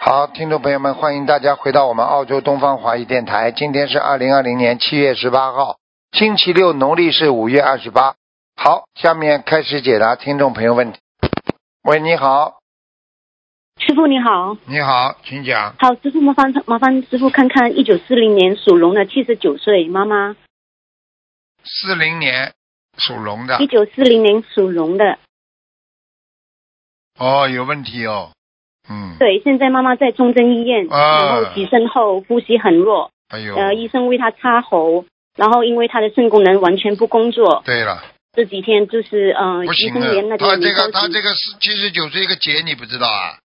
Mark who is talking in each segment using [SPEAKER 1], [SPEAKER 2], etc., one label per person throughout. [SPEAKER 1] 好，听众朋友们，欢迎大家回到我们澳洲东方华语电台。今天是二零二零年七月十八号，星期六，农历是五月二十八。好，下面开始解答听众朋友问题。喂，你好，
[SPEAKER 2] 师傅你好，
[SPEAKER 1] 你好，请讲。
[SPEAKER 2] 好，师傅麻烦麻烦师傅看看一九四零年属龙的七十九岁妈妈，
[SPEAKER 1] 四零年属龙的
[SPEAKER 2] 一，九四零年属龙的，
[SPEAKER 1] 哦，有问题哦，嗯，
[SPEAKER 2] 对，现在妈妈在中正医院，
[SPEAKER 1] 啊
[SPEAKER 2] 然后起身后呼吸很弱，
[SPEAKER 1] 哎呦，
[SPEAKER 2] 呃，医生为她插喉，然后因为她的肾功能完全不工作，
[SPEAKER 1] 对了，
[SPEAKER 2] 这几天就是呃，
[SPEAKER 1] 不
[SPEAKER 2] 医
[SPEAKER 1] 行
[SPEAKER 2] 生
[SPEAKER 1] 的
[SPEAKER 2] 连那，
[SPEAKER 1] 他
[SPEAKER 2] 个
[SPEAKER 1] 这个
[SPEAKER 2] 离
[SPEAKER 1] 他
[SPEAKER 2] 高级
[SPEAKER 1] 这个是七十九岁一个劫，你不知道啊？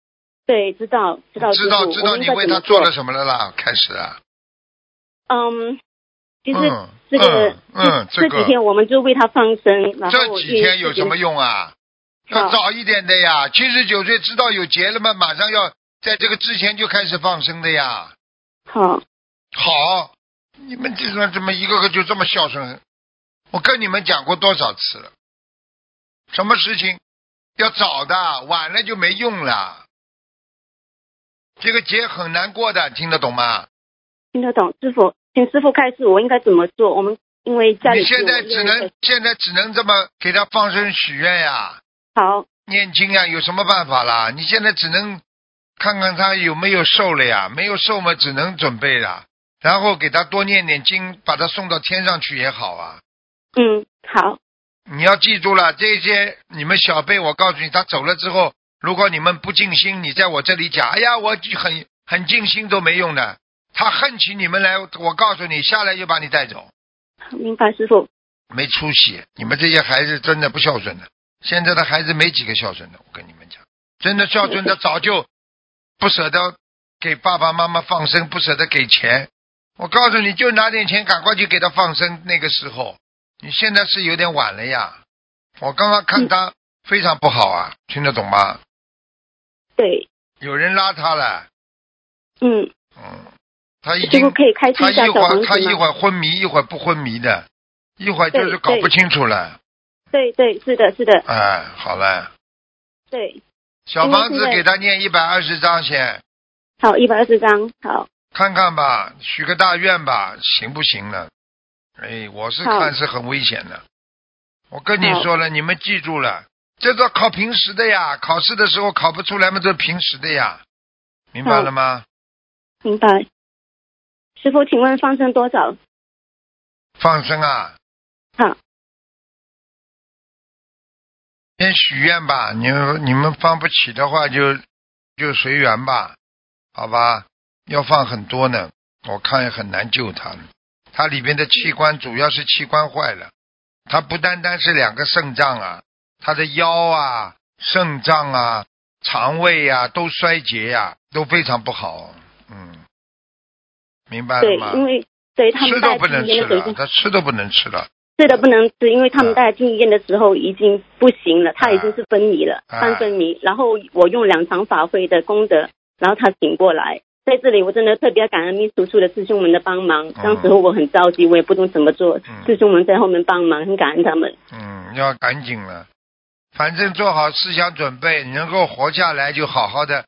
[SPEAKER 2] 对，知道知道
[SPEAKER 1] 知道
[SPEAKER 2] 师傅
[SPEAKER 1] 知道，
[SPEAKER 2] 我们
[SPEAKER 1] 你
[SPEAKER 2] 应该
[SPEAKER 1] 为
[SPEAKER 2] 怎么
[SPEAKER 1] 他做
[SPEAKER 2] 做
[SPEAKER 1] 了什么了啦？开始啊，
[SPEAKER 2] 嗯，其实
[SPEAKER 1] 嗯
[SPEAKER 2] 这个
[SPEAKER 1] 嗯嗯，这
[SPEAKER 2] 这几
[SPEAKER 1] 个
[SPEAKER 2] 天我们就为她放生，然后
[SPEAKER 1] 这
[SPEAKER 2] 因
[SPEAKER 1] 几
[SPEAKER 2] 为
[SPEAKER 1] 天有什么用啊？要
[SPEAKER 2] 好
[SPEAKER 1] 早一点的呀，七十九岁知道有劫了嘛，马上要在这个之前就开始放生的呀。
[SPEAKER 2] 好，
[SPEAKER 1] 好，你们这种怎么一个个就这么孝顺？我跟你们讲过多少次了？什么事情要早的，晚了就没用了。这个劫很难过的，听得懂吗？
[SPEAKER 2] 听得懂师傅，请师傅开示我应该怎么做？我们因为家里
[SPEAKER 1] 你现在
[SPEAKER 2] 只有
[SPEAKER 1] 只
[SPEAKER 2] 我一个人
[SPEAKER 1] 能现在只能这么给他放生许愿呀、
[SPEAKER 2] 好，
[SPEAKER 1] 念经啊，有什么办法啦？你现在只能看看他有没有瘦了呀，没有瘦嘛，只能准备了，然后给他多念点经，把他送到天上去也好啊。
[SPEAKER 2] 嗯，好，
[SPEAKER 1] 你要记住了，这些你们小辈，我告诉你，他走了之后，如果你们不尽心，你在我这里讲，哎呀，我很很尽心都没用的，他恨起你们来，我告诉你，下来就把你带走。
[SPEAKER 2] 明白师傅，
[SPEAKER 1] 没出息，你们这些孩子真的不孝顺的。现在的孩子没几个孝顺的，我跟你们讲，真的孝顺的早就不舍得给爸爸妈妈放生，不舍得给钱。我告诉你，就拿点钱赶快去给他放生。那个时候，你现在是有点晚了呀。我刚刚看他非常不好啊，听得懂吗？
[SPEAKER 2] 对，
[SPEAKER 1] 有人拉他了，
[SPEAKER 2] 嗯，
[SPEAKER 1] 嗯，他已
[SPEAKER 2] 师傅
[SPEAKER 1] 经
[SPEAKER 2] 可以开示
[SPEAKER 1] 他
[SPEAKER 2] 一下
[SPEAKER 1] 一
[SPEAKER 2] 小
[SPEAKER 1] 会
[SPEAKER 2] 房
[SPEAKER 1] 儿他
[SPEAKER 2] 子
[SPEAKER 1] 一
[SPEAKER 2] 吗？
[SPEAKER 1] 会儿昏迷，一会儿不昏迷的，一会儿就是
[SPEAKER 2] 对
[SPEAKER 1] 搞
[SPEAKER 2] 对
[SPEAKER 1] 不清楚了。
[SPEAKER 2] 对对，是的，是的，
[SPEAKER 1] 哎，好了。
[SPEAKER 2] 对，
[SPEAKER 1] 小房子给他念一百二十章先，
[SPEAKER 2] 好，一百二十张，好，
[SPEAKER 1] 看看吧，许个大愿吧，行不行呢？哎，我是
[SPEAKER 2] 好
[SPEAKER 1] 看是很危险的。我跟你说了，你们记住了，这都考平时的呀，考试的时候考不出来嘛，都平时的呀，明白了吗？
[SPEAKER 2] 明白。师傅，请问放生多少？
[SPEAKER 1] 放生啊，
[SPEAKER 2] 好，
[SPEAKER 1] 先许愿吧。你们你们放不起的话就，就随缘吧，好吧？要放很多呢，我看也很难救他了。他里边的器
[SPEAKER 2] 嗯
[SPEAKER 1] 官主要是器官坏了，他不单单是两个肾脏啊，他的腰啊、肾脏啊、肠胃啊都衰竭呀、都非常不好。嗯，明白
[SPEAKER 2] 对
[SPEAKER 1] 了吗？，
[SPEAKER 2] 因为对他
[SPEAKER 1] 吃
[SPEAKER 2] 们
[SPEAKER 1] 都
[SPEAKER 2] 带
[SPEAKER 1] 不
[SPEAKER 2] 进
[SPEAKER 1] 能
[SPEAKER 2] 医院
[SPEAKER 1] 吃
[SPEAKER 2] 的时
[SPEAKER 1] 了，
[SPEAKER 2] 候，
[SPEAKER 1] 他吃都不能吃了。
[SPEAKER 2] 是的，不能吃，因为他
[SPEAKER 1] 啊
[SPEAKER 2] 们带进医院的时候已经不行了，他已经是昏迷了，
[SPEAKER 1] 啊
[SPEAKER 2] 半昏迷。然后我用两场法会的功德，然后他醒过来。在这里，我真的特别感恩秘书处的师兄们的帮忙。当时候我很着急，我也不懂怎么做，
[SPEAKER 1] 哦嗯
[SPEAKER 2] 师兄们在后面帮忙，很感恩他们。
[SPEAKER 1] 嗯，要赶紧了。反正做好思想准备，你能够活下来就好好的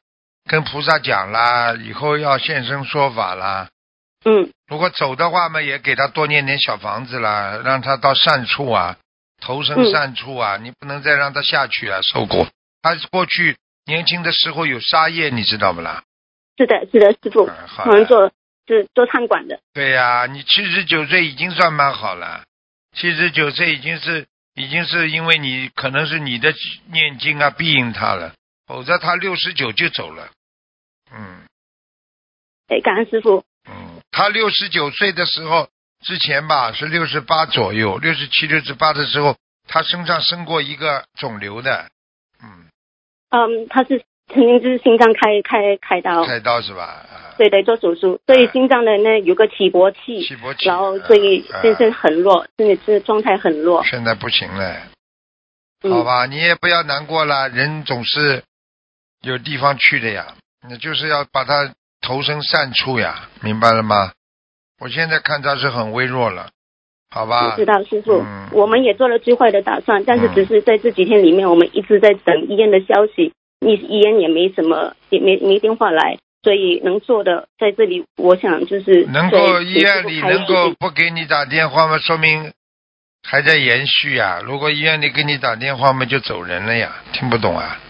[SPEAKER 1] 跟菩萨讲啦，以后要现身说法啦。
[SPEAKER 2] 嗯，
[SPEAKER 1] 如果走的话嘛，也给他多念点小房子啦，让他到善处啊，投身
[SPEAKER 2] 嗯
[SPEAKER 1] 善处啊，你不能再让他下去啊，受苦。他过去年轻的时候有杀业，你知道不啦？
[SPEAKER 2] 是的，是的，师傅，
[SPEAKER 1] 嗯好
[SPEAKER 2] 我们
[SPEAKER 1] 了。
[SPEAKER 2] 做是做餐馆的，
[SPEAKER 1] 对呀、你七十九岁已经算蛮好了，七十九岁已经是已经是因为你可能是你的念经啊庇应他了，否则他六十九就走了。嗯
[SPEAKER 2] 哎，感恩师傅。
[SPEAKER 1] 嗯，他六十九岁的时候之前吧是六十八左右，六十七、六十八的时候，他身上生过一个肿瘤的，嗯，
[SPEAKER 2] 嗯，他是曾经就是心脏开开开刀，
[SPEAKER 1] 开刀是吧？啊，
[SPEAKER 2] 哦对对，做手术，所以
[SPEAKER 1] 哎
[SPEAKER 2] 心脏的那有个起搏器，
[SPEAKER 1] 气搏器，
[SPEAKER 2] 然后所以
[SPEAKER 1] 啊
[SPEAKER 2] 先生很弱，真的是状态很弱。
[SPEAKER 1] 现在不行了。好
[SPEAKER 2] 嗯，
[SPEAKER 1] 吧，你也不要难过了，人总是有地方去的呀，你就是要把它投身善处呀，明白了吗？我现在看他是很微弱了，好吧
[SPEAKER 2] 我？知道师傅
[SPEAKER 1] 嗯，
[SPEAKER 2] 我们也做了最坏的打算，但是
[SPEAKER 1] 嗯
[SPEAKER 2] 只是在这几天里面，我们一直在等医院的消息，医医院也没什么，也没没电话来。
[SPEAKER 3] 所以能做的在这里，我想就是
[SPEAKER 1] 能够医院里能够不给你打电话吗？说明还在延续呀、如果医院里给你打电话嘛，就走人了呀。听不懂啊？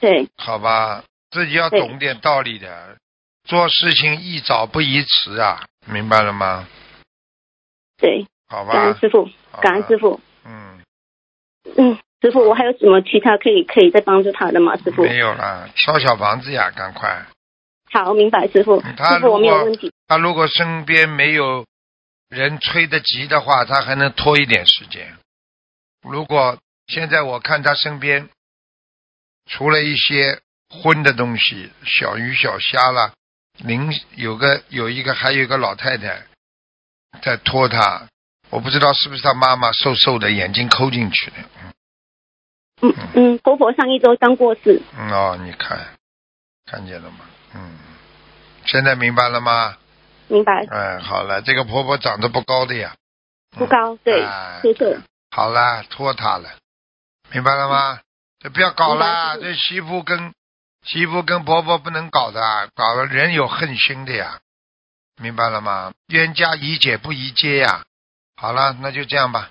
[SPEAKER 3] 对
[SPEAKER 1] 好吧，自己要
[SPEAKER 3] 对
[SPEAKER 1] 懂点道理的，做事情宜早不宜迟啊，明白了吗？
[SPEAKER 3] 对，
[SPEAKER 1] 好吧，
[SPEAKER 3] 感恩师傅，
[SPEAKER 1] 好吧
[SPEAKER 3] 感恩师傅。
[SPEAKER 1] 嗯，
[SPEAKER 3] 嗯，师傅，我还有什么其他可以可以再帮助他的吗？师傅，
[SPEAKER 1] 没有了，烧小房子呀，赶快。
[SPEAKER 3] 好，明白，师傅。
[SPEAKER 1] 嗯他
[SPEAKER 3] 师傅，我没
[SPEAKER 1] 如
[SPEAKER 3] 有
[SPEAKER 1] 果
[SPEAKER 3] 问题。
[SPEAKER 1] 他如果身边没有人催得急的话，他还能拖一点时间。如果现在我看他身边，除了一些荤的东西，小鱼小虾啦，零有个有一个还有一个老太太在拖他，我不知道是不是他妈妈瘦瘦的，眼睛抠进去的。
[SPEAKER 3] 嗯嗯，婆婆上一周刚过世，
[SPEAKER 1] 嗯哦，你看，看见了吗？嗯，现在明白了吗？
[SPEAKER 3] 明白？
[SPEAKER 1] 哎，好了，这个婆婆长得不高的呀，嗯
[SPEAKER 3] 不高，对，
[SPEAKER 1] 哎
[SPEAKER 3] 谢谢。
[SPEAKER 1] 好了，拖沓了，明白了吗？这不要搞啦，
[SPEAKER 3] 明白
[SPEAKER 1] 这媳妇跟媳妇跟婆婆不能搞的，啊搞了人有恨心的呀，明白了吗？冤家宜解不宜结呀。好了，那就这样吧。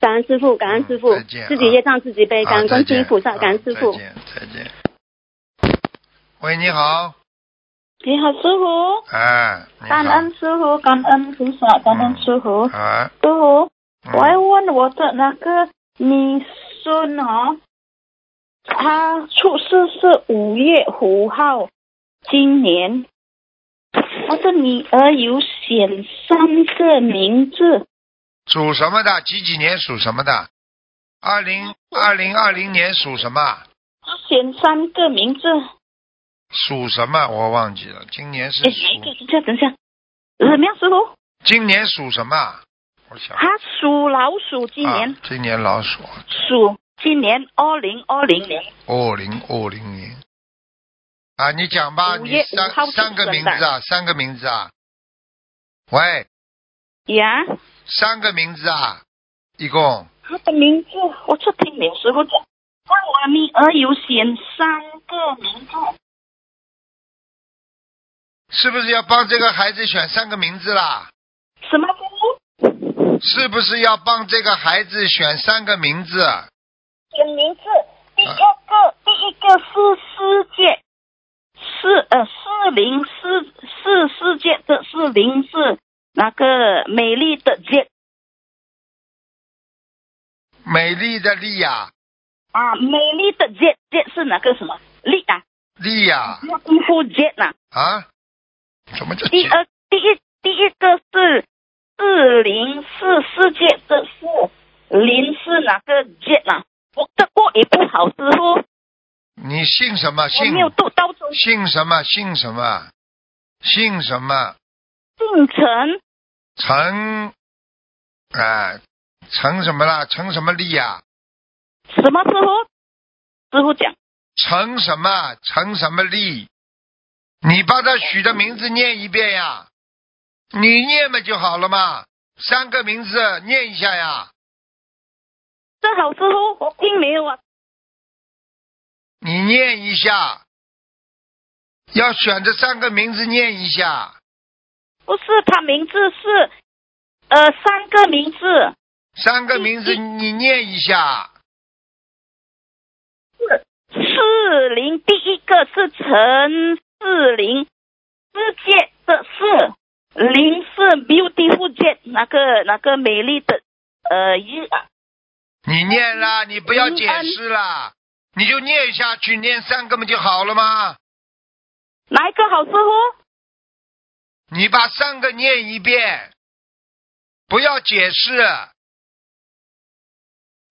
[SPEAKER 3] 感恩师傅，感恩师傅
[SPEAKER 1] 嗯再见，
[SPEAKER 3] 自己业障自己背，感
[SPEAKER 1] 啊
[SPEAKER 3] 恩
[SPEAKER 1] 再
[SPEAKER 3] 观世
[SPEAKER 1] 见，
[SPEAKER 3] 音菩萨，感恩
[SPEAKER 1] 啊
[SPEAKER 3] 师傅
[SPEAKER 1] 再。见，再见。喂，你好，
[SPEAKER 2] 你好，师傅，
[SPEAKER 1] 哎，你
[SPEAKER 2] 感恩
[SPEAKER 1] 好，
[SPEAKER 2] 师傅，感恩菩萨，感恩师傅。
[SPEAKER 1] 哎，
[SPEAKER 2] 师傅，
[SPEAKER 1] 嗯
[SPEAKER 2] 我要问我的那个女孙哦，她出世是五月五号，今年。我的女儿有显三个名字，
[SPEAKER 1] 属什么的？几几年属什么的？二零
[SPEAKER 2] 嗯
[SPEAKER 1] 二零二零年属什么？
[SPEAKER 2] 显三个名字。
[SPEAKER 1] 属什么？我忘记了。今年是
[SPEAKER 2] 哎，
[SPEAKER 1] 属
[SPEAKER 2] 等一下，等一下，怎么样，师傅？
[SPEAKER 1] 今年属什么？我想
[SPEAKER 2] 她属老鼠，啊今年、
[SPEAKER 1] 啊、今年老鼠，
[SPEAKER 2] 属今年二零二零年。
[SPEAKER 1] 二零二零年啊，你讲吧，
[SPEAKER 2] 五
[SPEAKER 1] 你
[SPEAKER 2] 月五
[SPEAKER 1] 三
[SPEAKER 2] 号出
[SPEAKER 1] 三个
[SPEAKER 2] 生
[SPEAKER 1] 名
[SPEAKER 2] 的
[SPEAKER 1] 字啊，三个名字啊，喂，
[SPEAKER 2] 呀、
[SPEAKER 1] 三个名字啊，一共
[SPEAKER 2] 他的名字，我就听你师傅讲，让我女儿有选哎三个名字。
[SPEAKER 1] 是不是要帮这个孩子选三个名字啦？
[SPEAKER 2] 什么名字？
[SPEAKER 1] 是不是要帮这个孩子选三个名字？
[SPEAKER 2] 选名字，第一个，第一个是世界，是呃四零四是世界的四零是那个美丽的界
[SPEAKER 1] 美丽的丽呀、
[SPEAKER 2] 啊，美丽的界界是那个什么丽啊，
[SPEAKER 1] 丽呀
[SPEAKER 2] 那功夫界呐、
[SPEAKER 1] 啊什么叫
[SPEAKER 2] 第二第一第一个是四零四世界的四零是哪个界呢？我的国语不好，师傅，我
[SPEAKER 1] 你姓什么？姓
[SPEAKER 2] 没有读到中
[SPEAKER 1] 姓什么？姓什么？姓什么？
[SPEAKER 2] 进城
[SPEAKER 1] 陈，啊，陈什么啦？陈什么力呀、
[SPEAKER 2] 什么师傅？师傅讲
[SPEAKER 1] 陈什么？陈什么力？你把他许的名字念一遍呀，你念嘛就好了嘛。三个名字念一下呀，
[SPEAKER 2] 正好师傅，我听没有啊？
[SPEAKER 1] 你念一下。要选这三个名字念一下，
[SPEAKER 2] 不是，他名字是呃三个名字，
[SPEAKER 1] 三个名字你念一下。
[SPEAKER 2] 四零第一个是陈四零，世界的四零是 beautiful 界那个那个美丽的呃日啊。
[SPEAKER 1] 你念啦，你不要解释啦，你就念下去，念三个嘛就好了嘛。
[SPEAKER 2] 哪一个好师傅？
[SPEAKER 1] 你把三个念一遍，不要解释。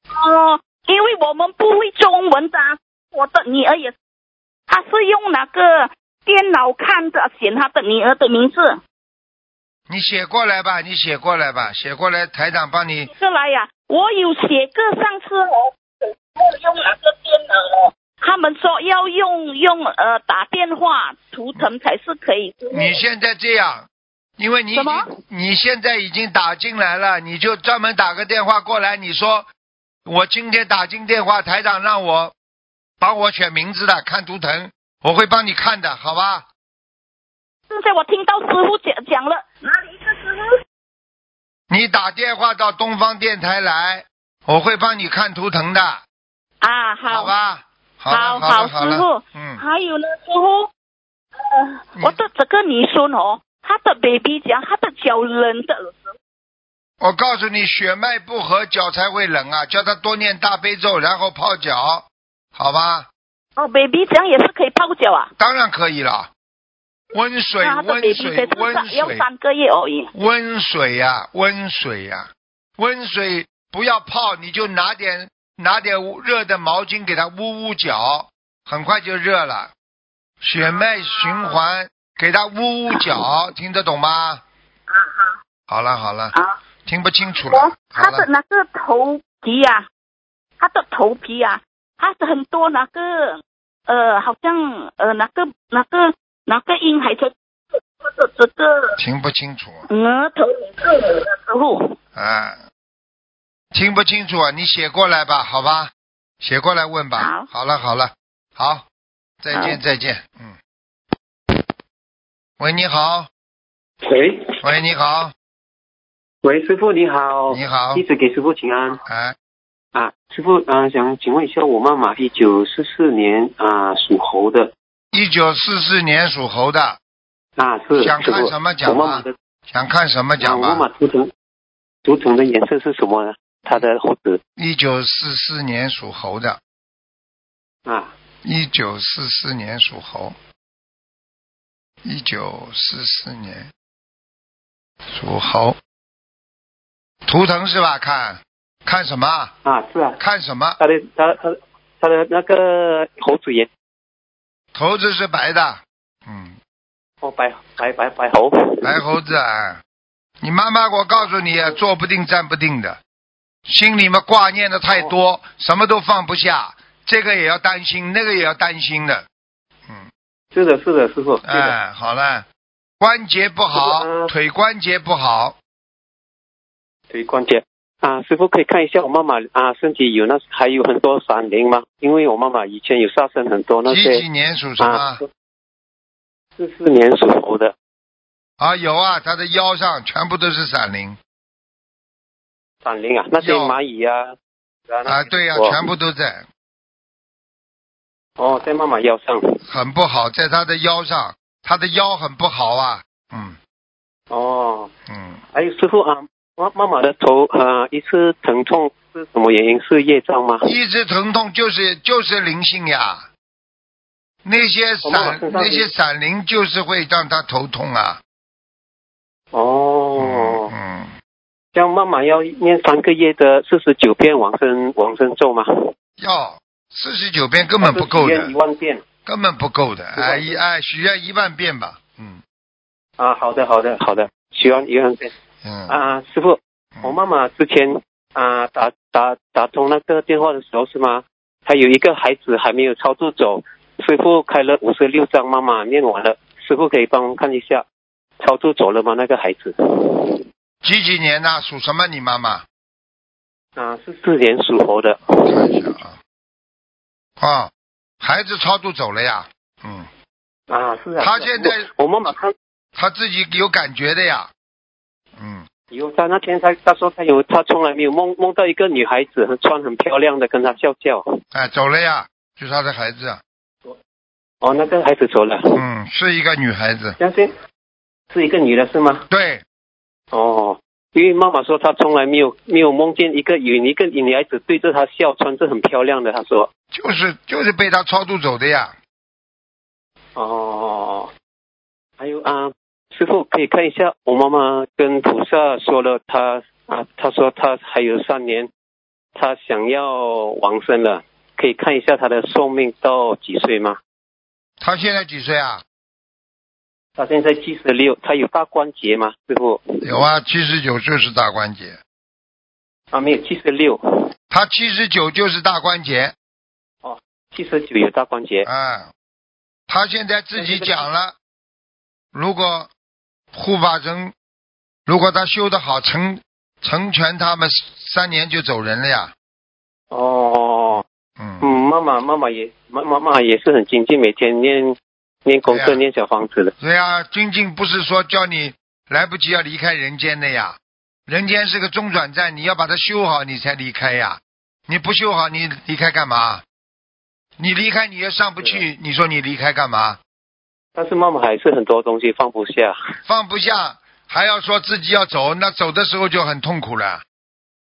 [SPEAKER 2] 哦，因为我们不会中文的啊，我的女儿也，她是用那个电脑看的，写她的女儿的名字。
[SPEAKER 1] 你写过来吧，你写过来吧，写过来，台长帮你。
[SPEAKER 2] 这来呀、我有写个上次我我用哪个电脑哦？他们说要用用呃打电话图腾才是可以。嗯
[SPEAKER 1] 你现在这样，因为你已
[SPEAKER 2] 什么
[SPEAKER 1] 经你现在已经打进来了，你就专门打个电话过来，你说我今天打进电话，台长让我帮我选名字的，看图腾，我会帮你看的，好吧？
[SPEAKER 2] 现在我听到师傅讲讲了，哪里一个师傅？
[SPEAKER 1] 你打电话到东方电台来，我会帮你看图腾的，
[SPEAKER 2] 啊，
[SPEAKER 1] 好
[SPEAKER 2] 好，
[SPEAKER 1] 吧？
[SPEAKER 2] 好
[SPEAKER 1] 好了好了
[SPEAKER 2] 好
[SPEAKER 1] 了
[SPEAKER 2] 师傅
[SPEAKER 1] 嗯，
[SPEAKER 2] 还有呢，师傅，
[SPEAKER 1] 嗯
[SPEAKER 2] 呃，我的这个女孙哦，她的 baby 讲她的脚冷的，
[SPEAKER 1] 我告诉你，血脉不和，脚才会冷啊！叫他多念大悲咒，然后泡脚，好吧？
[SPEAKER 2] 哦，baby 讲也是可以泡脚啊，
[SPEAKER 1] 当然可以了，温水
[SPEAKER 2] 那她的
[SPEAKER 1] 温
[SPEAKER 2] baby
[SPEAKER 1] 水
[SPEAKER 2] 才
[SPEAKER 1] 温
[SPEAKER 2] 是要
[SPEAKER 1] 水
[SPEAKER 2] 三个月而已，
[SPEAKER 1] 温水呀、温水呀、温水不要泡，你就拿点拿点热的毛巾给它捂捂脚，很快就热了。血脉循环，给它捂捂脚，听得懂吗？
[SPEAKER 2] 啊哈，
[SPEAKER 1] 好了好了，
[SPEAKER 2] 啊。
[SPEAKER 1] 听不清楚
[SPEAKER 2] 我
[SPEAKER 1] 了。好
[SPEAKER 2] 哦他的
[SPEAKER 1] 了，
[SPEAKER 2] 那个头皮呀、啊，他的头皮呀、啊，他是很多那个呃，好像呃那个那个那个婴孩在或者这个
[SPEAKER 1] 听不清楚
[SPEAKER 2] 额头里面的时候，
[SPEAKER 1] 啊，听不清楚啊，你写过来吧，好吧，写过来问吧
[SPEAKER 2] 好。
[SPEAKER 1] 好了好了，好，再见
[SPEAKER 2] 好
[SPEAKER 1] 再见，嗯。喂，你好，
[SPEAKER 4] 喂
[SPEAKER 1] 喂，你好，
[SPEAKER 4] 喂，师傅你好，
[SPEAKER 1] 你好
[SPEAKER 4] 弟，子给师傅请安
[SPEAKER 1] 哎，
[SPEAKER 4] 啊，师傅啊、呃想请问一下，我妈妈一九四四年啊、属猴的
[SPEAKER 1] 一九四四年属猴的，
[SPEAKER 4] 啊，是
[SPEAKER 1] 想
[SPEAKER 4] 师
[SPEAKER 1] 看
[SPEAKER 4] 傅
[SPEAKER 1] 什么讲
[SPEAKER 4] 我妈妈
[SPEAKER 1] 吧，
[SPEAKER 4] 的
[SPEAKER 1] 想看什么
[SPEAKER 4] 啊，
[SPEAKER 1] 讲
[SPEAKER 4] 我妈
[SPEAKER 1] 吧。
[SPEAKER 4] 妈图腾图腾的颜色是什么呢？她的猴子
[SPEAKER 1] 一九四四年属猴的，
[SPEAKER 4] 啊，
[SPEAKER 1] 一九四四年属猴，一九四四年属猴，图腾是吧？看看什么？
[SPEAKER 4] 啊是啊，
[SPEAKER 1] 看什么？
[SPEAKER 4] 她的她她她的那个猴子颜
[SPEAKER 1] 猴子是白的，嗯，
[SPEAKER 4] 哦白白白白猴
[SPEAKER 1] 白猴子啊！你妈妈，我告诉你啊，坐不定，站不定的，心里面挂念的太多，什么都放不下，这个也要担心，那个也要担心的，嗯。
[SPEAKER 4] 是的是的师傅，是的
[SPEAKER 1] 哎，好了，关节不
[SPEAKER 4] 这个
[SPEAKER 1] 好，
[SPEAKER 4] 呃
[SPEAKER 1] 腿关节不好，
[SPEAKER 4] 腿关节。啊，师傅可以看一下我妈妈啊，身体有那还有很多闪灵吗？因为我妈妈以前有杀生很多那
[SPEAKER 1] 几
[SPEAKER 4] 些
[SPEAKER 1] 几年属什
[SPEAKER 4] 啊
[SPEAKER 1] 么？，
[SPEAKER 4] 四四年属猴的，
[SPEAKER 1] 啊，有啊，他的腰上全部都是闪灵
[SPEAKER 4] 闪灵啊，那些
[SPEAKER 1] 哟
[SPEAKER 4] 蚂蚁啊，
[SPEAKER 1] 啊，对呀、
[SPEAKER 4] 呀、哦
[SPEAKER 1] 全部都在，
[SPEAKER 4] 哦，在妈妈腰上，
[SPEAKER 1] 很不好，在他的腰上，他的腰很不好啊，嗯
[SPEAKER 4] 哦，
[SPEAKER 1] 嗯，
[SPEAKER 4] 还有师傅啊，妈妈妈的头呃一次疼痛是什么原因？是业障吗？
[SPEAKER 1] 一直疼痛就是就是灵性呀，那些
[SPEAKER 4] 我妈妈
[SPEAKER 1] 闪
[SPEAKER 4] 身上
[SPEAKER 1] 那
[SPEAKER 4] 有
[SPEAKER 1] 些闪灵就是会让他头痛啊，
[SPEAKER 4] 哦
[SPEAKER 1] 嗯，嗯，
[SPEAKER 4] 这样哦妈妈要念三个月的四十九遍往生往生咒吗？
[SPEAKER 1] 要四十九遍根本不够
[SPEAKER 4] 还是许
[SPEAKER 1] 的
[SPEAKER 4] 愿一，万遍
[SPEAKER 1] 根本不够的，
[SPEAKER 4] 一万
[SPEAKER 1] 哎一哎，许愿一万遍吧，嗯
[SPEAKER 4] 啊，好的好的好的，许愿一万遍
[SPEAKER 1] 嗯，
[SPEAKER 4] 啊，师傅，
[SPEAKER 1] 嗯
[SPEAKER 4] 我妈妈之前啊打打打通那个电话的时候是吗？她有一个孩子还没有操作走，师傅开了五十六张，妈妈念完了，师傅可以帮我们看一下操作走了吗？那个孩子
[SPEAKER 1] 几几年呢、属什么？你妈妈？
[SPEAKER 4] 啊是四年属猴的，
[SPEAKER 1] 看一下啊，啊，孩子超度走了呀，嗯，
[SPEAKER 4] 啊是啊，
[SPEAKER 1] 她
[SPEAKER 4] 是啊
[SPEAKER 1] 现在
[SPEAKER 4] 我我妈妈她
[SPEAKER 1] 他自己有感觉的呀，嗯，
[SPEAKER 4] 有她那天她她说她有她从来没有梦梦到一个女孩子很穿很漂亮的跟她笑笑，
[SPEAKER 1] 哎，走了呀，就是他的孩子，
[SPEAKER 4] 哦那个孩子走了，
[SPEAKER 1] 嗯，是一个女孩子，
[SPEAKER 4] 相信是一个女的是吗？
[SPEAKER 1] 对，
[SPEAKER 4] 哦，因为妈妈说她从来没有没有梦见一个有一个女孩子对着她笑，穿着很漂亮的。她说，
[SPEAKER 1] 就是就是被他超度走的呀，
[SPEAKER 4] 哦，还有啊，师傅可以看一下，我妈妈跟菩萨说了她，啊，她说她还有三年，她想要往生了，可以看一下她的寿命到几岁吗？
[SPEAKER 1] 他现在几岁啊？
[SPEAKER 4] 她现在七十六，她有大关节吗？师傅
[SPEAKER 1] 有啊，七十九就是大关节，
[SPEAKER 4] 啊，没有七十六，
[SPEAKER 1] 他七十九就是大关节，
[SPEAKER 4] 七十九有大关节。
[SPEAKER 1] 啊，他现在自己讲了，如果护法神，如果他修得好，成成全他们三年就走人了呀。
[SPEAKER 4] 哦。
[SPEAKER 1] 嗯，
[SPEAKER 4] 嗯嗯，妈妈妈妈也妈妈妈也是很精进，每天念念功课、
[SPEAKER 1] 对呀
[SPEAKER 4] 念小房子的。
[SPEAKER 1] 对呀、尊敬不是说叫你来不及要离开人间的呀，人间是个中转站，你要把它修好，你才离开呀。你不修好，你离开干嘛？你离开你也上不去，你说你离开干嘛？
[SPEAKER 4] 但是妈妈还是很多东西放不下，
[SPEAKER 1] 放不下，还要说自己要走，那走的时候就很痛苦了，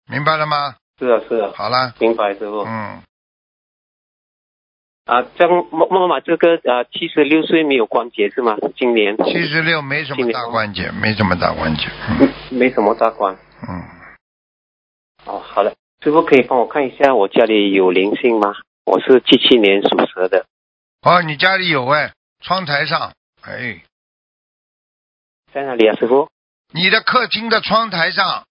[SPEAKER 1] 明白了吗？
[SPEAKER 4] 是啊是啊，
[SPEAKER 1] 好了，
[SPEAKER 4] 明白师傅。
[SPEAKER 1] 嗯，
[SPEAKER 4] 啊，这样妈妈妈这个啊七十六岁没有关节是吗？今年
[SPEAKER 1] 七十六没什么大关节，没什么大关节，嗯
[SPEAKER 4] 没什么大关。
[SPEAKER 1] 嗯，
[SPEAKER 4] 哦，好了，师傅可以帮我看一下我家里有灵性吗？我是七七年属蛇的，
[SPEAKER 1] 哦，你家里有哎，窗台上，哎，
[SPEAKER 4] 在哪里啊，师傅？
[SPEAKER 1] 你的客厅的窗台上，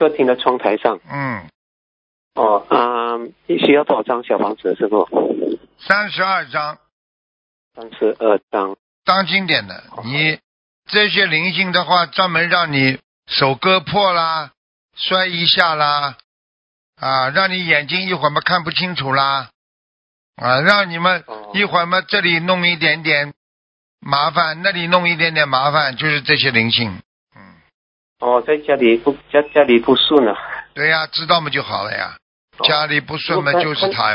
[SPEAKER 4] 客厅的窗台上。
[SPEAKER 1] 嗯，
[SPEAKER 4] 哦，啊、需要多少张小房子，师傅？
[SPEAKER 1] 三十二张，
[SPEAKER 4] 三十二张。
[SPEAKER 1] 当经典的，你这些灵性的话，专门让你手割破啦，摔一下啦，啊，让你眼睛一会儿嘛看不清楚啦，啊，让你们
[SPEAKER 4] 哦
[SPEAKER 1] 一会儿嘛这里弄一点点麻烦，那里弄一点点麻烦，就是这些灵性。
[SPEAKER 4] 哦，在家里不家家里不顺啊。
[SPEAKER 1] 对呀、知道嘛就好了呀。
[SPEAKER 4] 哦
[SPEAKER 1] 家里不顺嘛
[SPEAKER 4] 我看
[SPEAKER 1] 就是他，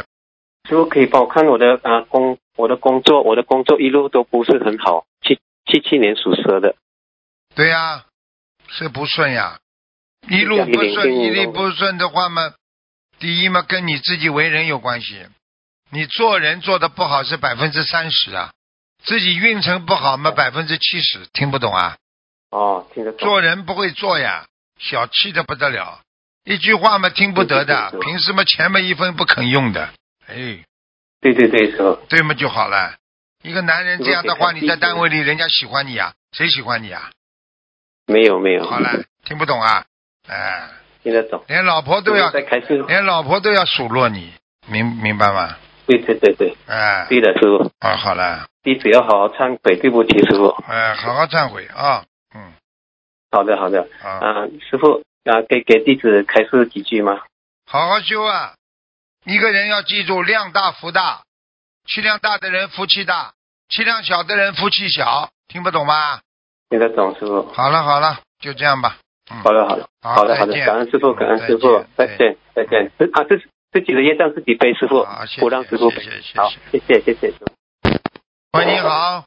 [SPEAKER 4] 师傅可以帮我看我的啊、工，我的工作，我的工作一路都不是很好。七七七年属蛇的，
[SPEAKER 1] 对呀、是不顺呀。一路
[SPEAKER 4] 家里
[SPEAKER 1] 不
[SPEAKER 4] 灵
[SPEAKER 1] 顺，
[SPEAKER 4] 性
[SPEAKER 1] 一路
[SPEAKER 4] 都
[SPEAKER 1] 不顺的话嘛，第一嘛跟你自己为人有关系，你做人做的不好是百分之三十啊，自己运程不好嘛百分之七十，听不懂啊？
[SPEAKER 4] 哦，听得懂。
[SPEAKER 1] 做人不会做呀，小气的不得了，一句话嘛听不得的
[SPEAKER 4] 对对对，对
[SPEAKER 1] 平时嘛钱嘛一分不肯用的，哎。
[SPEAKER 4] 对对对，师傅。
[SPEAKER 1] 对嘛就好了。一个男人这样的话，
[SPEAKER 4] 如果给他
[SPEAKER 1] 你在
[SPEAKER 4] 机会
[SPEAKER 1] 单位里人家喜欢你啊？谁喜欢你啊？
[SPEAKER 4] 没有没有。
[SPEAKER 1] 好了，听不懂啊？哎，
[SPEAKER 4] 听得懂。
[SPEAKER 1] 连老婆都要，
[SPEAKER 4] 再开始。
[SPEAKER 1] 连老婆都要数落你，明明白吗？
[SPEAKER 4] 对对对对，
[SPEAKER 1] 哎，
[SPEAKER 4] 对的，师傅，
[SPEAKER 1] 啊，好了，
[SPEAKER 4] 弟子要好好忏悔，对不起，师傅。
[SPEAKER 1] 哎，好好忏悔啊，嗯，
[SPEAKER 4] 好的好的，
[SPEAKER 1] 啊，
[SPEAKER 4] 啊，师傅啊，给给弟子开示几句吗？
[SPEAKER 1] 好好修啊。一个人要记住，量大福大，气量大的人福气大，气量小的人福气小，听不懂吗？
[SPEAKER 4] 听得懂，师傅。
[SPEAKER 1] 好了好了，就这样吧。嗯，
[SPEAKER 4] 好的好的，好的好
[SPEAKER 1] 再，
[SPEAKER 4] 的
[SPEAKER 1] 见嗯
[SPEAKER 4] 感恩师傅，感恩师傅，
[SPEAKER 1] 再见
[SPEAKER 4] 再见再见。啊，自自己的业障自己背，师傅
[SPEAKER 1] 好，谢谢
[SPEAKER 4] 不让师傅背
[SPEAKER 1] 谢谢谢谢。
[SPEAKER 4] 好，谢谢谢谢师傅。
[SPEAKER 1] 喂，你好，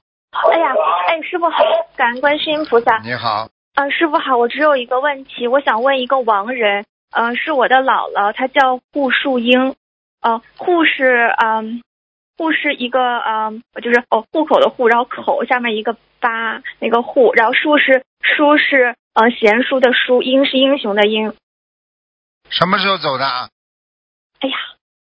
[SPEAKER 2] 哎呀，哎，师傅好，感恩观世音菩萨。
[SPEAKER 1] 你好，
[SPEAKER 2] 呃，师傅好，我只有一个问题，我想问一个亡人，呃，是我的姥姥，她叫护树英，呃，护是嗯、护是一个嗯、就是哦户口的户，然后口下面一个八那个户，然后树是书是呃贤淑的淑，英是英雄的英。
[SPEAKER 1] 什么时候走的啊？
[SPEAKER 2] 哎呀，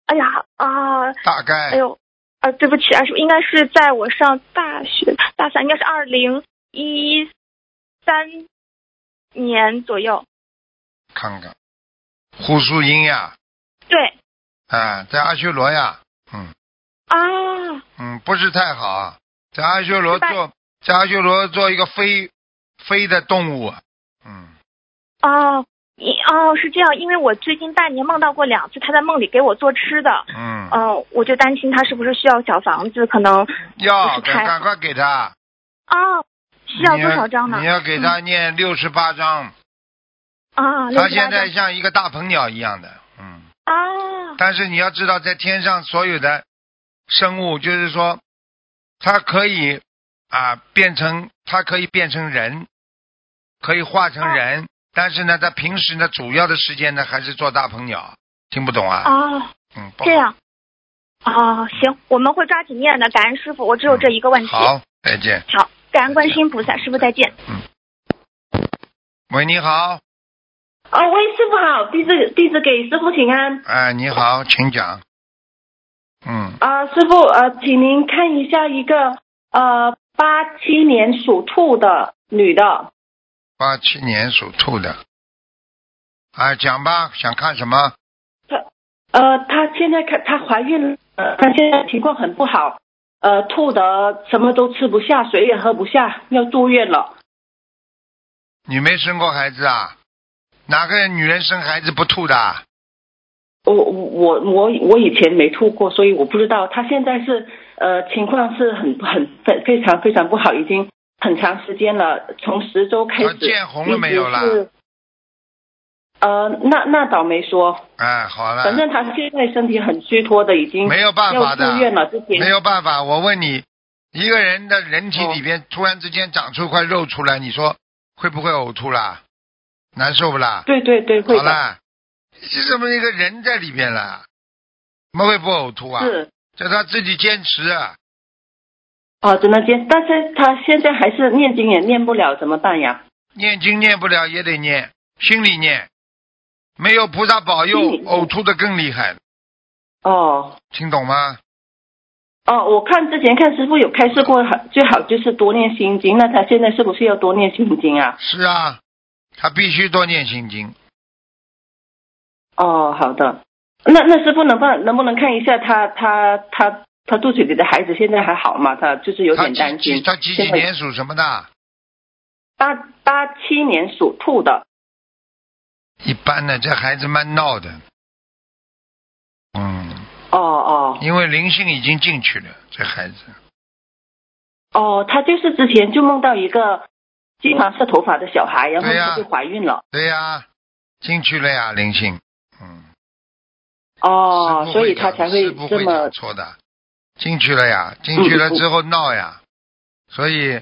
[SPEAKER 2] 哎呀啊、
[SPEAKER 1] 大概，
[SPEAKER 2] 哎呦，啊，对不起啊，是应该是在我上大学大三，应该是二零一三年左右。
[SPEAKER 1] 看看，胡树英呀，
[SPEAKER 2] 对
[SPEAKER 1] 啊，在阿修罗呀，嗯
[SPEAKER 2] 啊，
[SPEAKER 1] 嗯，不是太好啊，在阿修罗
[SPEAKER 2] 失败
[SPEAKER 1] 做，在阿修罗做一个飞飞的动物啊，嗯，
[SPEAKER 2] 哦，你哦是这样，因为我最近半年梦到过两次，他在梦里给我做吃的，
[SPEAKER 1] 嗯，
[SPEAKER 2] 嗯、我就担心他是不是需要小房子，可能
[SPEAKER 1] 要
[SPEAKER 2] 不是太
[SPEAKER 1] 赶赶
[SPEAKER 2] 好
[SPEAKER 1] 快给他，
[SPEAKER 2] 啊、需要
[SPEAKER 1] 你
[SPEAKER 2] 多少张呢
[SPEAKER 1] 你？要给他念六十八章，
[SPEAKER 2] 啊，六
[SPEAKER 1] 他
[SPEAKER 2] 十八
[SPEAKER 1] 现在
[SPEAKER 2] 张
[SPEAKER 1] 像一个大鹏鸟一样的，嗯。
[SPEAKER 2] 啊，
[SPEAKER 1] 但是你要知道，在天上所有的生物，就是说，它可以啊变成，它可以变成人，可以化成
[SPEAKER 2] 哦
[SPEAKER 1] 人，但是呢，它平时呢，主要的时间呢，还是做大鹏鸟。听不懂啊？
[SPEAKER 2] 啊，
[SPEAKER 1] 嗯，不好
[SPEAKER 2] 这。样。啊，行，我们会抓紧念的，感恩师傅，我只有这一个问题。
[SPEAKER 1] 嗯好，再见。
[SPEAKER 2] 好，感恩观世音菩萨，师傅再见。
[SPEAKER 1] 喂，你好，
[SPEAKER 5] 哦，喂，师傅好，弟子弟子给师傅请安。
[SPEAKER 1] 哎，你好，请讲。嗯，
[SPEAKER 5] 啊、师傅，呃，请您看一下一个呃八七年属兔的女的，
[SPEAKER 1] 八七年属兔的。啊，讲吧，想看什么？
[SPEAKER 5] 呃，她现在看她怀孕了，呃她现在情况很不好，呃，吐的什么都吃不下，水也喝不下，要住院了。
[SPEAKER 1] 你没生过孩子啊？哪个女人生孩子不吐的啊？
[SPEAKER 5] 我我我我以前没吐过，所以我不知道她现在是
[SPEAKER 6] 呃情况是很很非非常非常不好，已经很长时间了，从十周开
[SPEAKER 1] 他
[SPEAKER 6] 始。
[SPEAKER 1] 啊见红了没有啦
[SPEAKER 6] 一直是？呃，那那倒没说，
[SPEAKER 1] 哎，好了，
[SPEAKER 6] 反正他现在身体很虚脱的，已经
[SPEAKER 1] 没有办法的
[SPEAKER 6] 要住院了，之前
[SPEAKER 1] 没有办法。我问你，一个人的人
[SPEAKER 6] 哦
[SPEAKER 1] 体里边突然之间长出一块肉出来，你说会不会呕吐啦？难受不啦？
[SPEAKER 6] 对对对，会
[SPEAKER 1] 好
[SPEAKER 6] 的，
[SPEAKER 1] 啦，是这么一个人在里边了，怎么会不呕吐啊？
[SPEAKER 6] 是
[SPEAKER 1] 叫他自己坚持啊！
[SPEAKER 6] 哦，只能接，但是他现在还是念经也念不了，怎么办呀？
[SPEAKER 1] 念经念不了也得念，心里念，没有菩萨保佑
[SPEAKER 6] 心里，念
[SPEAKER 1] 呕吐的更厉害，
[SPEAKER 6] 哦，
[SPEAKER 1] 听懂吗？
[SPEAKER 6] 哦，我看之前看师傅有开示过，好最好就是多念心经。那他现在是不是要多念心经啊？
[SPEAKER 1] 是啊，他必须多念心经。
[SPEAKER 6] 哦，好的。那那师傅能不能能不能看一下他他他他肚子里的孩子现在还好吗？他就是有
[SPEAKER 1] 他
[SPEAKER 6] 点
[SPEAKER 1] 几
[SPEAKER 6] 担
[SPEAKER 1] 几
[SPEAKER 6] 心。
[SPEAKER 1] 他几几
[SPEAKER 6] 现在
[SPEAKER 1] 年属什么的？
[SPEAKER 6] 八八七年属兔的。
[SPEAKER 1] 一般呢，这孩子蛮闹的。嗯，
[SPEAKER 6] 哦哦
[SPEAKER 1] 因为灵性已经进去了，这孩子。
[SPEAKER 6] 哦，他就是之前就梦到一个金黄色头发的小孩，然后
[SPEAKER 1] 对呀
[SPEAKER 6] 他就怀孕了。
[SPEAKER 1] 对呀、进去了呀，灵性。嗯。
[SPEAKER 6] 哦
[SPEAKER 1] 师，傅
[SPEAKER 6] 所以
[SPEAKER 1] 讲
[SPEAKER 6] 他才会
[SPEAKER 1] 师傅
[SPEAKER 6] 这
[SPEAKER 1] 会
[SPEAKER 6] 么嗯
[SPEAKER 1] 讲错的，进去了呀，进去了之后闹呀，所以
[SPEAKER 6] 哦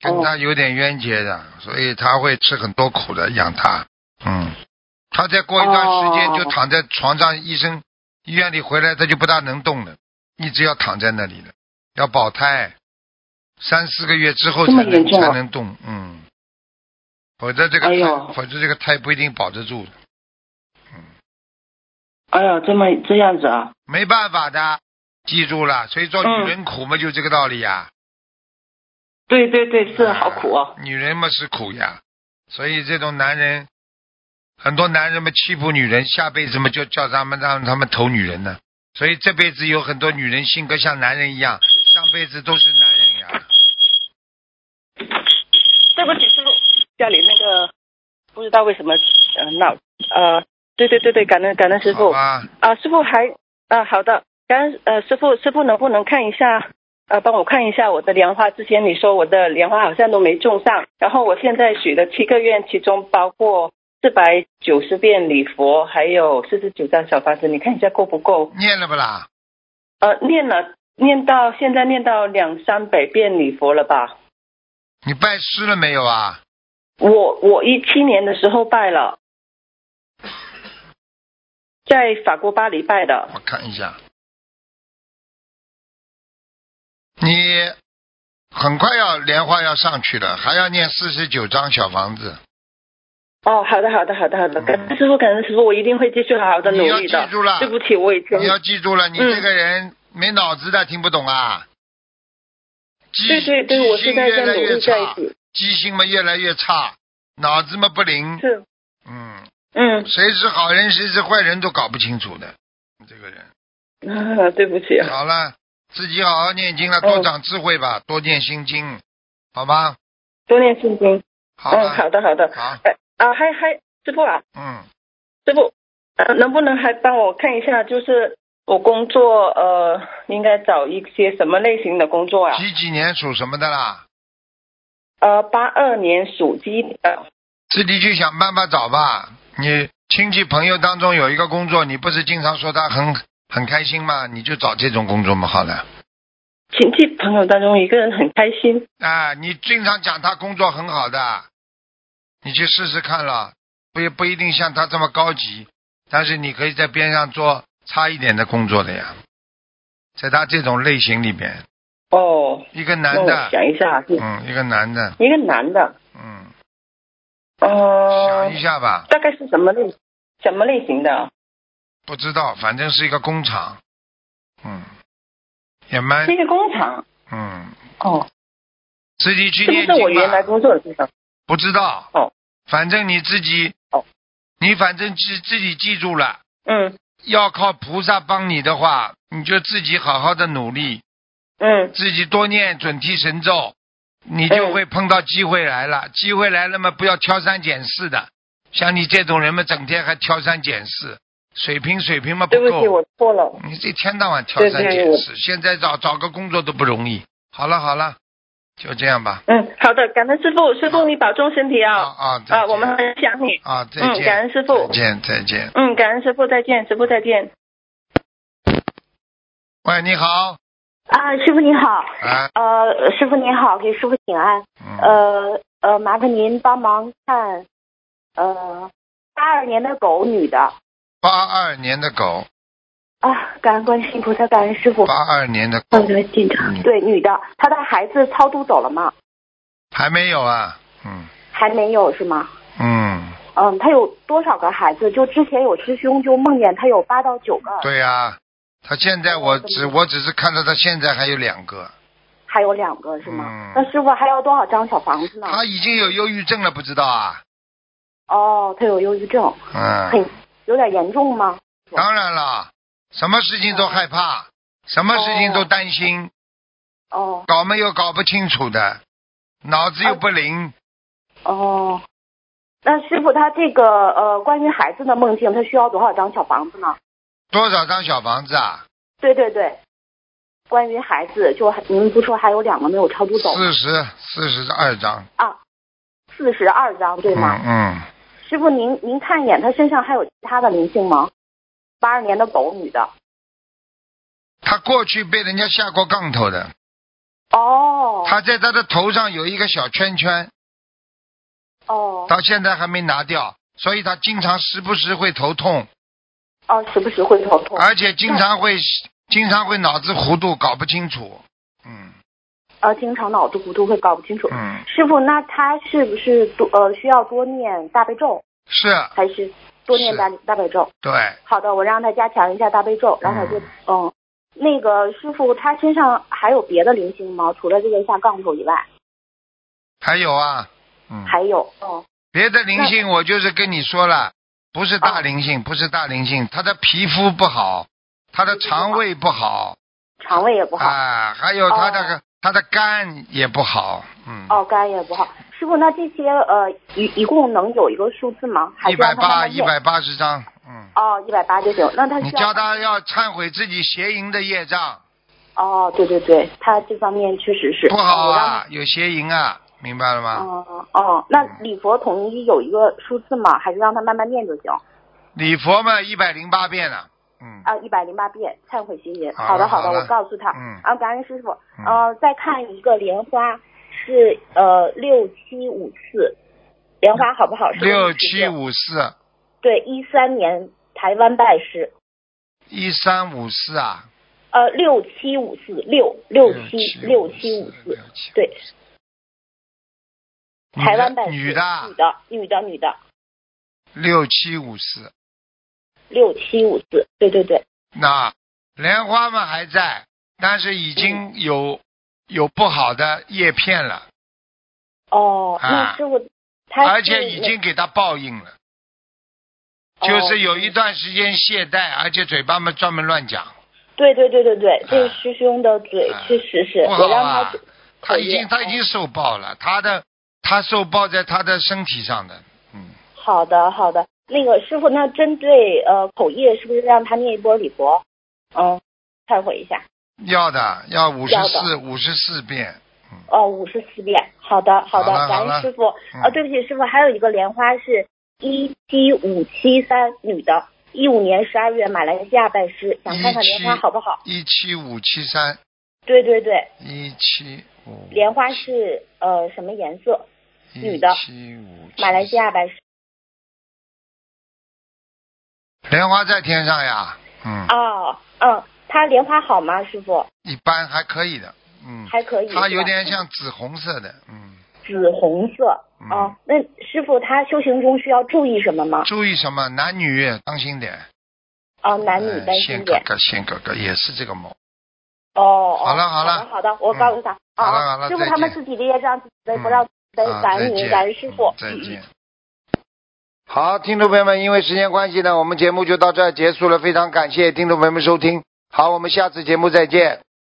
[SPEAKER 1] 跟他有点冤结的，所以他会吃很多苦的养他。嗯，他再过一段时间
[SPEAKER 6] 哦
[SPEAKER 1] 就躺在床上，医生医院里回来，他就不大能动了，一直要躺在那里了，要保胎，三四个月之后
[SPEAKER 6] 这
[SPEAKER 1] 才
[SPEAKER 6] 么
[SPEAKER 1] 能
[SPEAKER 6] 严重啊
[SPEAKER 1] 才能动，嗯，否则这个
[SPEAKER 6] 哎
[SPEAKER 1] 胎、
[SPEAKER 6] 呦
[SPEAKER 1] 否则这个胎不一定保得住的，
[SPEAKER 6] 哎呀，这么这样子啊？
[SPEAKER 1] 没办法的，记住了，所以说
[SPEAKER 6] 嗯
[SPEAKER 1] 女人苦嘛，就这个道理呀、
[SPEAKER 6] 对对对，是好苦哦。
[SPEAKER 1] 女人嘛是苦呀，所以这种男人，很多男人嘛欺负女人，下辈子嘛就叫他们让他们投女人呢。所以这辈子有很多女人性格像男人一样，上辈子都是男人呀。
[SPEAKER 5] 对不起，师傅，家里那个不知道为什么呃闹呃，对对对对，感恩感恩师
[SPEAKER 1] 好
[SPEAKER 5] 傅啊、
[SPEAKER 1] 吧，
[SPEAKER 5] 师傅还啊、好的，感恩呃师傅师傅能不能看一下呃帮我看一下我的莲花？之前你说我的莲花好像都没种上，然后我现在许了七个愿，其中包括四百九十遍礼佛，还有四十九张小房子，你看一下够不够？
[SPEAKER 1] 念了不啦？
[SPEAKER 5] 呃，念了念到现在念到两三百遍礼佛了吧？
[SPEAKER 1] 你拜师了没有啊？
[SPEAKER 5] 我我一七年的时候拜了，在法国巴黎拜的。
[SPEAKER 1] 我看一下，你很快要莲花要上去了，还要念四十九张小房子。
[SPEAKER 5] 哦，好的，好的，好的，好的，
[SPEAKER 1] 嗯
[SPEAKER 5] 感恩师傅，感恩师傅，我一定会继续好好的努力
[SPEAKER 1] 你要
[SPEAKER 5] 的
[SPEAKER 1] 记住了。
[SPEAKER 5] 对不起，我以前
[SPEAKER 1] 你要记住了，你
[SPEAKER 5] 嗯
[SPEAKER 1] 这个人没脑子的，听不懂啊。记
[SPEAKER 5] 对对对，我
[SPEAKER 1] 记
[SPEAKER 5] 现
[SPEAKER 1] 性
[SPEAKER 5] 在
[SPEAKER 1] 越
[SPEAKER 5] 在
[SPEAKER 1] 来
[SPEAKER 5] 努
[SPEAKER 1] 越
[SPEAKER 5] 力在一
[SPEAKER 1] 差，
[SPEAKER 5] 起，
[SPEAKER 1] 记性嘛越来越差，脑子嘛不灵，
[SPEAKER 5] 是，
[SPEAKER 1] 嗯，
[SPEAKER 5] 嗯，
[SPEAKER 1] 谁是好人谁是坏人都搞不清楚的，你这个人。
[SPEAKER 5] 啊对不起，
[SPEAKER 1] 好了，自己好好念经了，
[SPEAKER 5] 嗯
[SPEAKER 1] 多长智慧吧，多念心经，好吧？
[SPEAKER 5] 多念心经。
[SPEAKER 1] 好啊
[SPEAKER 5] 嗯，
[SPEAKER 1] 了，
[SPEAKER 5] 好的，好的。
[SPEAKER 1] 好，
[SPEAKER 5] 哎啊，还还师傅啊，
[SPEAKER 1] 嗯，
[SPEAKER 5] 师傅，呃，能不能还帮我看一下，就是我工作呃，应该找一些什么类型的工作啊？
[SPEAKER 1] 几几年属什么的啦？
[SPEAKER 5] 呃，八二年属鸡的。
[SPEAKER 1] 自己去想办法找吧。你亲戚朋友当中有一个工作，你不是经常说他很很开心吗？你就找这种工作嘛，好了。
[SPEAKER 5] 亲戚朋友当中一个人很开心，
[SPEAKER 1] 啊，你经常讲他工作很好的，你去试试看了，不也不一定像他这么高级，但是你可以在边上做差一点的工作的呀，在他这种类型里面，
[SPEAKER 5] 哦，
[SPEAKER 1] 一个
[SPEAKER 5] 那
[SPEAKER 1] 男
[SPEAKER 5] 我
[SPEAKER 1] 的，
[SPEAKER 5] 想一下，是
[SPEAKER 1] 嗯，一个男的，
[SPEAKER 5] 一个男的，
[SPEAKER 1] 嗯，
[SPEAKER 5] 呃
[SPEAKER 1] 想，一下吧，
[SPEAKER 5] 大概是什么类什么类型的？
[SPEAKER 1] 不知道，反正是一个工厂，嗯，也蛮
[SPEAKER 5] 是，一个工厂
[SPEAKER 1] 嗯，
[SPEAKER 5] 哦，
[SPEAKER 1] 自己去
[SPEAKER 5] 是
[SPEAKER 1] 念
[SPEAKER 5] 不是我
[SPEAKER 1] 经
[SPEAKER 5] 原来
[SPEAKER 1] 吧，
[SPEAKER 5] 工作的地方？
[SPEAKER 1] 不知道，
[SPEAKER 5] 哦，
[SPEAKER 1] 反正你自己，
[SPEAKER 5] 哦，
[SPEAKER 1] 你反正自自己记住了。
[SPEAKER 5] 嗯
[SPEAKER 1] 要靠菩萨帮你的话，你就自己好好的努力，
[SPEAKER 5] 嗯，
[SPEAKER 1] 自己多念准提神咒，你就会碰到机会来了。机会来了嘛，不要挑三拣四的。像你这种人嘛，整天还挑三拣四，水平水平嘛
[SPEAKER 5] 对不起，
[SPEAKER 1] 够。啊
[SPEAKER 5] 我错了。
[SPEAKER 1] 你这天到晚挑
[SPEAKER 5] 对
[SPEAKER 1] 三
[SPEAKER 5] 对
[SPEAKER 1] 拣
[SPEAKER 5] 我
[SPEAKER 1] 四，现在找找个工作都不容易。好了好了，就这样吧。
[SPEAKER 5] 嗯，好的，感恩师傅，师傅你保重身体啊！
[SPEAKER 1] 啊再
[SPEAKER 5] 啊，
[SPEAKER 1] 见
[SPEAKER 5] 我们很想你。
[SPEAKER 1] 啊再
[SPEAKER 5] 嗯，感
[SPEAKER 1] 见
[SPEAKER 5] 恩师
[SPEAKER 1] 再
[SPEAKER 5] 傅。
[SPEAKER 1] 见再见。
[SPEAKER 5] 嗯，感恩师傅，再见，师傅再见。
[SPEAKER 1] 喂，你好，
[SPEAKER 2] 啊，师傅你好，
[SPEAKER 1] 啊，
[SPEAKER 2] 呃，师傅你好，给师傅请安，
[SPEAKER 1] 嗯，
[SPEAKER 2] 呃呃，麻烦您帮忙看，呃，八二年的狗女的
[SPEAKER 1] 八二年的狗，
[SPEAKER 2] 啊，感恩观世音菩萨，感恩师傅，
[SPEAKER 1] 八二年的狗，
[SPEAKER 2] 放在进场
[SPEAKER 1] 嗯
[SPEAKER 2] 对，女的，她的孩子超度走了吗？
[SPEAKER 1] 还没有啊，嗯
[SPEAKER 2] 还没有是吗？
[SPEAKER 1] 嗯，
[SPEAKER 2] 嗯，她有多少个孩子？就之前有师兄就梦见她有八到九个，
[SPEAKER 1] 对呀、他现在我只我只是看到他现在还有两个，
[SPEAKER 2] 还有两个是
[SPEAKER 1] 嗯
[SPEAKER 2] 吗？那师傅还要多少张小房子呢？
[SPEAKER 1] 他已经有忧郁症了，不知道啊？
[SPEAKER 2] 哦，她有忧郁症，很
[SPEAKER 5] 哎
[SPEAKER 1] 嗯，
[SPEAKER 2] 有点严重吗？
[SPEAKER 1] 当然了，什么事情都害怕，什么事情都担心，
[SPEAKER 2] 哦
[SPEAKER 1] 搞嘛又搞不清楚的，脑子又不
[SPEAKER 2] 啊
[SPEAKER 1] 灵，
[SPEAKER 2] 哦，那师傅他这个呃，关于孩子的梦境，他需要多少张小房子呢？
[SPEAKER 1] 多少张小房子啊？
[SPEAKER 2] 对对对，关于孩子，就您不说还有两个没有超度走吗
[SPEAKER 1] 四十四十二张，
[SPEAKER 2] 啊？四十二张对
[SPEAKER 1] 嗯
[SPEAKER 2] 吗？
[SPEAKER 1] 嗯，
[SPEAKER 2] 师傅您您看一眼，他身上还有其他的灵性吗？八二年的狗女的。
[SPEAKER 1] 他过去被人家下过杠头的，
[SPEAKER 2] 哦
[SPEAKER 1] 他在他的头上有一个小圈圈，
[SPEAKER 2] 哦
[SPEAKER 1] 到现在还没拿掉，所以他经常时不时会头痛，
[SPEAKER 2] 哦，时不时会头痛。
[SPEAKER 1] 而且经常会经常会脑子糊涂，搞不清楚。嗯
[SPEAKER 2] 呃，经常脑子糊涂，会搞不清楚。
[SPEAKER 1] 嗯，
[SPEAKER 2] 师傅，那他是不是多呃需要多念大悲咒，
[SPEAKER 1] 是
[SPEAKER 2] 还是多念
[SPEAKER 1] 是
[SPEAKER 2] 大大悲咒？
[SPEAKER 1] 对，
[SPEAKER 2] 好的，我让他加强一下大悲咒，然后就
[SPEAKER 1] 嗯
[SPEAKER 2] 嗯那个师傅他身上还有别的灵性吗？除了这个下杠头以外，
[SPEAKER 1] 嗯还有啊，嗯，
[SPEAKER 2] 还有哦
[SPEAKER 1] 别的灵性我就是跟你说了，不是大灵性，不是大灵性，他的皮肤不好，他的肠胃不好
[SPEAKER 2] 肠胃也不好，
[SPEAKER 1] 啊，还有他的、他的肝也不好，嗯，
[SPEAKER 2] 哦肝也不好。师傅，那这些呃一一共能有一个数字吗？还
[SPEAKER 1] 一
[SPEAKER 2] 是
[SPEAKER 1] 百
[SPEAKER 2] 让他慢
[SPEAKER 1] 八
[SPEAKER 2] 慢
[SPEAKER 1] 一
[SPEAKER 2] 念
[SPEAKER 1] 百八十张，嗯。
[SPEAKER 2] 哦一百八就行。那他需
[SPEAKER 1] 你
[SPEAKER 2] 要
[SPEAKER 1] 叫他要忏悔自己邪淫的业障，
[SPEAKER 2] 哦对对对，他这方面确实是
[SPEAKER 1] 不好
[SPEAKER 2] 我让他
[SPEAKER 1] 啊，有邪淫啊，明白了吗？
[SPEAKER 2] 哦哦，那礼佛统一有一个数字吗？还是让他慢慢念就行？
[SPEAKER 1] 礼佛嘛，一百零八遍了、嗯，
[SPEAKER 2] 啊，一百零八遍忏悔心经。
[SPEAKER 1] 好
[SPEAKER 2] 好
[SPEAKER 1] 了
[SPEAKER 2] 的，好的，
[SPEAKER 1] 好了
[SPEAKER 2] 我告诉他。
[SPEAKER 1] 嗯
[SPEAKER 2] 啊，感恩师傅。
[SPEAKER 1] 嗯
[SPEAKER 2] 呃，再看一个莲花，是呃六七五四，莲花好不好？是不是
[SPEAKER 1] 六
[SPEAKER 2] 一起
[SPEAKER 1] 七
[SPEAKER 2] 念。
[SPEAKER 1] 五四
[SPEAKER 2] 对，一三年台湾拜师。
[SPEAKER 1] 一三五四啊，
[SPEAKER 2] 呃，六七五四六六七
[SPEAKER 1] 六
[SPEAKER 2] 六七五四，
[SPEAKER 1] 六七
[SPEAKER 2] 对，
[SPEAKER 1] 女
[SPEAKER 2] 台湾嗯
[SPEAKER 1] 的
[SPEAKER 2] 拜师。
[SPEAKER 1] 女
[SPEAKER 2] 女
[SPEAKER 1] 的啊
[SPEAKER 2] 女的，女的，女的，
[SPEAKER 1] 六七五四，
[SPEAKER 2] 六七五四，对对对。
[SPEAKER 1] 那莲花嘛还在，但是已
[SPEAKER 2] 嗯
[SPEAKER 1] 经有、有不好的叶片了，
[SPEAKER 2] 哦，
[SPEAKER 1] 啊
[SPEAKER 2] 那师傅，他
[SPEAKER 1] 而
[SPEAKER 2] 是
[SPEAKER 1] 且已
[SPEAKER 2] 那
[SPEAKER 1] 经给他报应了，
[SPEAKER 2] 哦
[SPEAKER 1] 就是有
[SPEAKER 2] 嗯
[SPEAKER 1] 一段时间懈怠，而且嘴巴嘛专门乱讲。
[SPEAKER 2] 对对对对对，这
[SPEAKER 1] 啊
[SPEAKER 2] 师兄的嘴
[SPEAKER 1] 啊
[SPEAKER 2] 确实是，
[SPEAKER 1] 不好
[SPEAKER 2] 我让
[SPEAKER 1] 啊
[SPEAKER 2] 他，
[SPEAKER 1] 他已经
[SPEAKER 2] 讨
[SPEAKER 1] 他
[SPEAKER 2] 厌
[SPEAKER 1] 已经受报了，他的他受报在他的身体上的，嗯，
[SPEAKER 2] 好的，好的。那个师傅，那针对呃口业，是不是让他念一波礼佛？嗯，忏悔一下。
[SPEAKER 1] 要的要五十
[SPEAKER 2] 要
[SPEAKER 1] 四
[SPEAKER 2] 的
[SPEAKER 1] 五十四遍，
[SPEAKER 2] 哦，五十四遍。好的，好
[SPEAKER 1] 好
[SPEAKER 2] 的，
[SPEAKER 1] 了
[SPEAKER 2] 感
[SPEAKER 1] 好了
[SPEAKER 2] 恩师傅。啊、
[SPEAKER 1] 嗯
[SPEAKER 2] 对不起，师傅，还有一个莲花是一七五七三女的，一五年十二月马来西亚拜师，想看看莲花
[SPEAKER 1] 17
[SPEAKER 2] 好不好？
[SPEAKER 1] 一七五七三
[SPEAKER 2] 对对对，
[SPEAKER 1] 一七五
[SPEAKER 2] 莲花是呃什么颜色？女的
[SPEAKER 1] 嗯七五
[SPEAKER 2] 马来西亚拜师
[SPEAKER 1] 莲花在天上呀，嗯，
[SPEAKER 2] 哦，嗯，她莲花好吗，师傅？
[SPEAKER 1] 一般还可以的，嗯，
[SPEAKER 2] 还可以。
[SPEAKER 1] 它
[SPEAKER 2] 是
[SPEAKER 1] 有
[SPEAKER 2] 吧
[SPEAKER 1] 点像紫红色的，嗯，
[SPEAKER 2] 紫红色。
[SPEAKER 1] 嗯
[SPEAKER 2] 哦，那师傅他修行中需要注意什么吗？
[SPEAKER 1] 注意什么？男女当心点，
[SPEAKER 2] 哦，男女
[SPEAKER 1] 嗯
[SPEAKER 2] 单
[SPEAKER 1] 线
[SPEAKER 2] 身
[SPEAKER 1] 哥
[SPEAKER 2] 点。
[SPEAKER 1] 哥线哥哥也是这个毛病。
[SPEAKER 2] 哦，哦
[SPEAKER 1] 好了好
[SPEAKER 2] 好
[SPEAKER 1] 了嗯
[SPEAKER 2] 的好的，我告诉他。
[SPEAKER 1] 好了
[SPEAKER 2] 啊
[SPEAKER 1] 好了
[SPEAKER 2] 师傅
[SPEAKER 1] 再
[SPEAKER 2] 他们
[SPEAKER 1] 见
[SPEAKER 2] 自己的业障自己背，
[SPEAKER 1] 嗯
[SPEAKER 2] 不让背，
[SPEAKER 1] 啊
[SPEAKER 2] 感
[SPEAKER 1] 再
[SPEAKER 2] 恩您，
[SPEAKER 1] 见
[SPEAKER 2] 感恩师傅
[SPEAKER 1] 嗯。再见。好，听众朋友们，因为时间关系呢，我们节目就到这儿结束了。非常感谢听众朋友们收听，好，我们下次节目再见。